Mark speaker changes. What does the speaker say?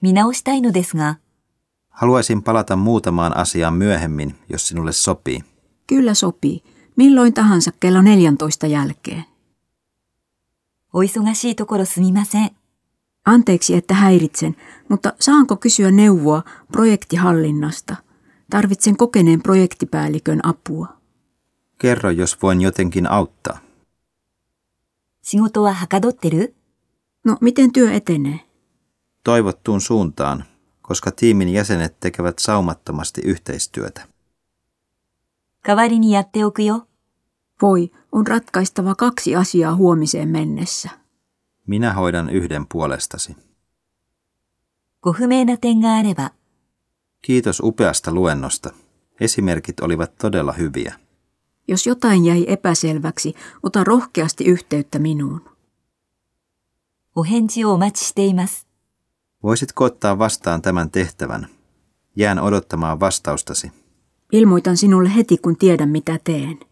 Speaker 1: 見直したいのですが、
Speaker 2: Haluaisin palata muutamaan asiaan myöhemmin, jos sinulle sopii.
Speaker 3: Kyllä sopii. Milloin tahansa kello 14 jälkeen.
Speaker 1: お忙しいところすみません。
Speaker 3: Anteeksi, että häiritsen, mutta saanko kysyä neuvoa projektihallinnasta? Tarvitsen kokeneen projektipäällikön apua.
Speaker 2: Kerro, jos voin jotenkin auttaa.
Speaker 1: 仕事ははかどってる
Speaker 3: No, miten työ etenee?
Speaker 2: Toivottuun suuntaan, koska tiimin jäsenet tekevät saumattomasti yhteistyötä.
Speaker 1: 代わりにやっておくよ。
Speaker 3: Voi, on ratkaistava kaksi asiaa huomiseen mennessä.
Speaker 2: Minä hoidan yhden puolestasi.
Speaker 1: ご不明な点があれば、
Speaker 2: Kiitos upeasta luennosta. Esimerkit olivat todella hyviä.
Speaker 3: Jos jotain jäi epäselväksi, ota rohkeasti yhteyttä minuun.
Speaker 1: お返事をお待ちしています。
Speaker 2: Voisitko ottaa vastaan tämän tehtävän? Jään odottamaan vastaustasi.
Speaker 3: Ilmoitan sinulle heti, kun tiedän mitä teen.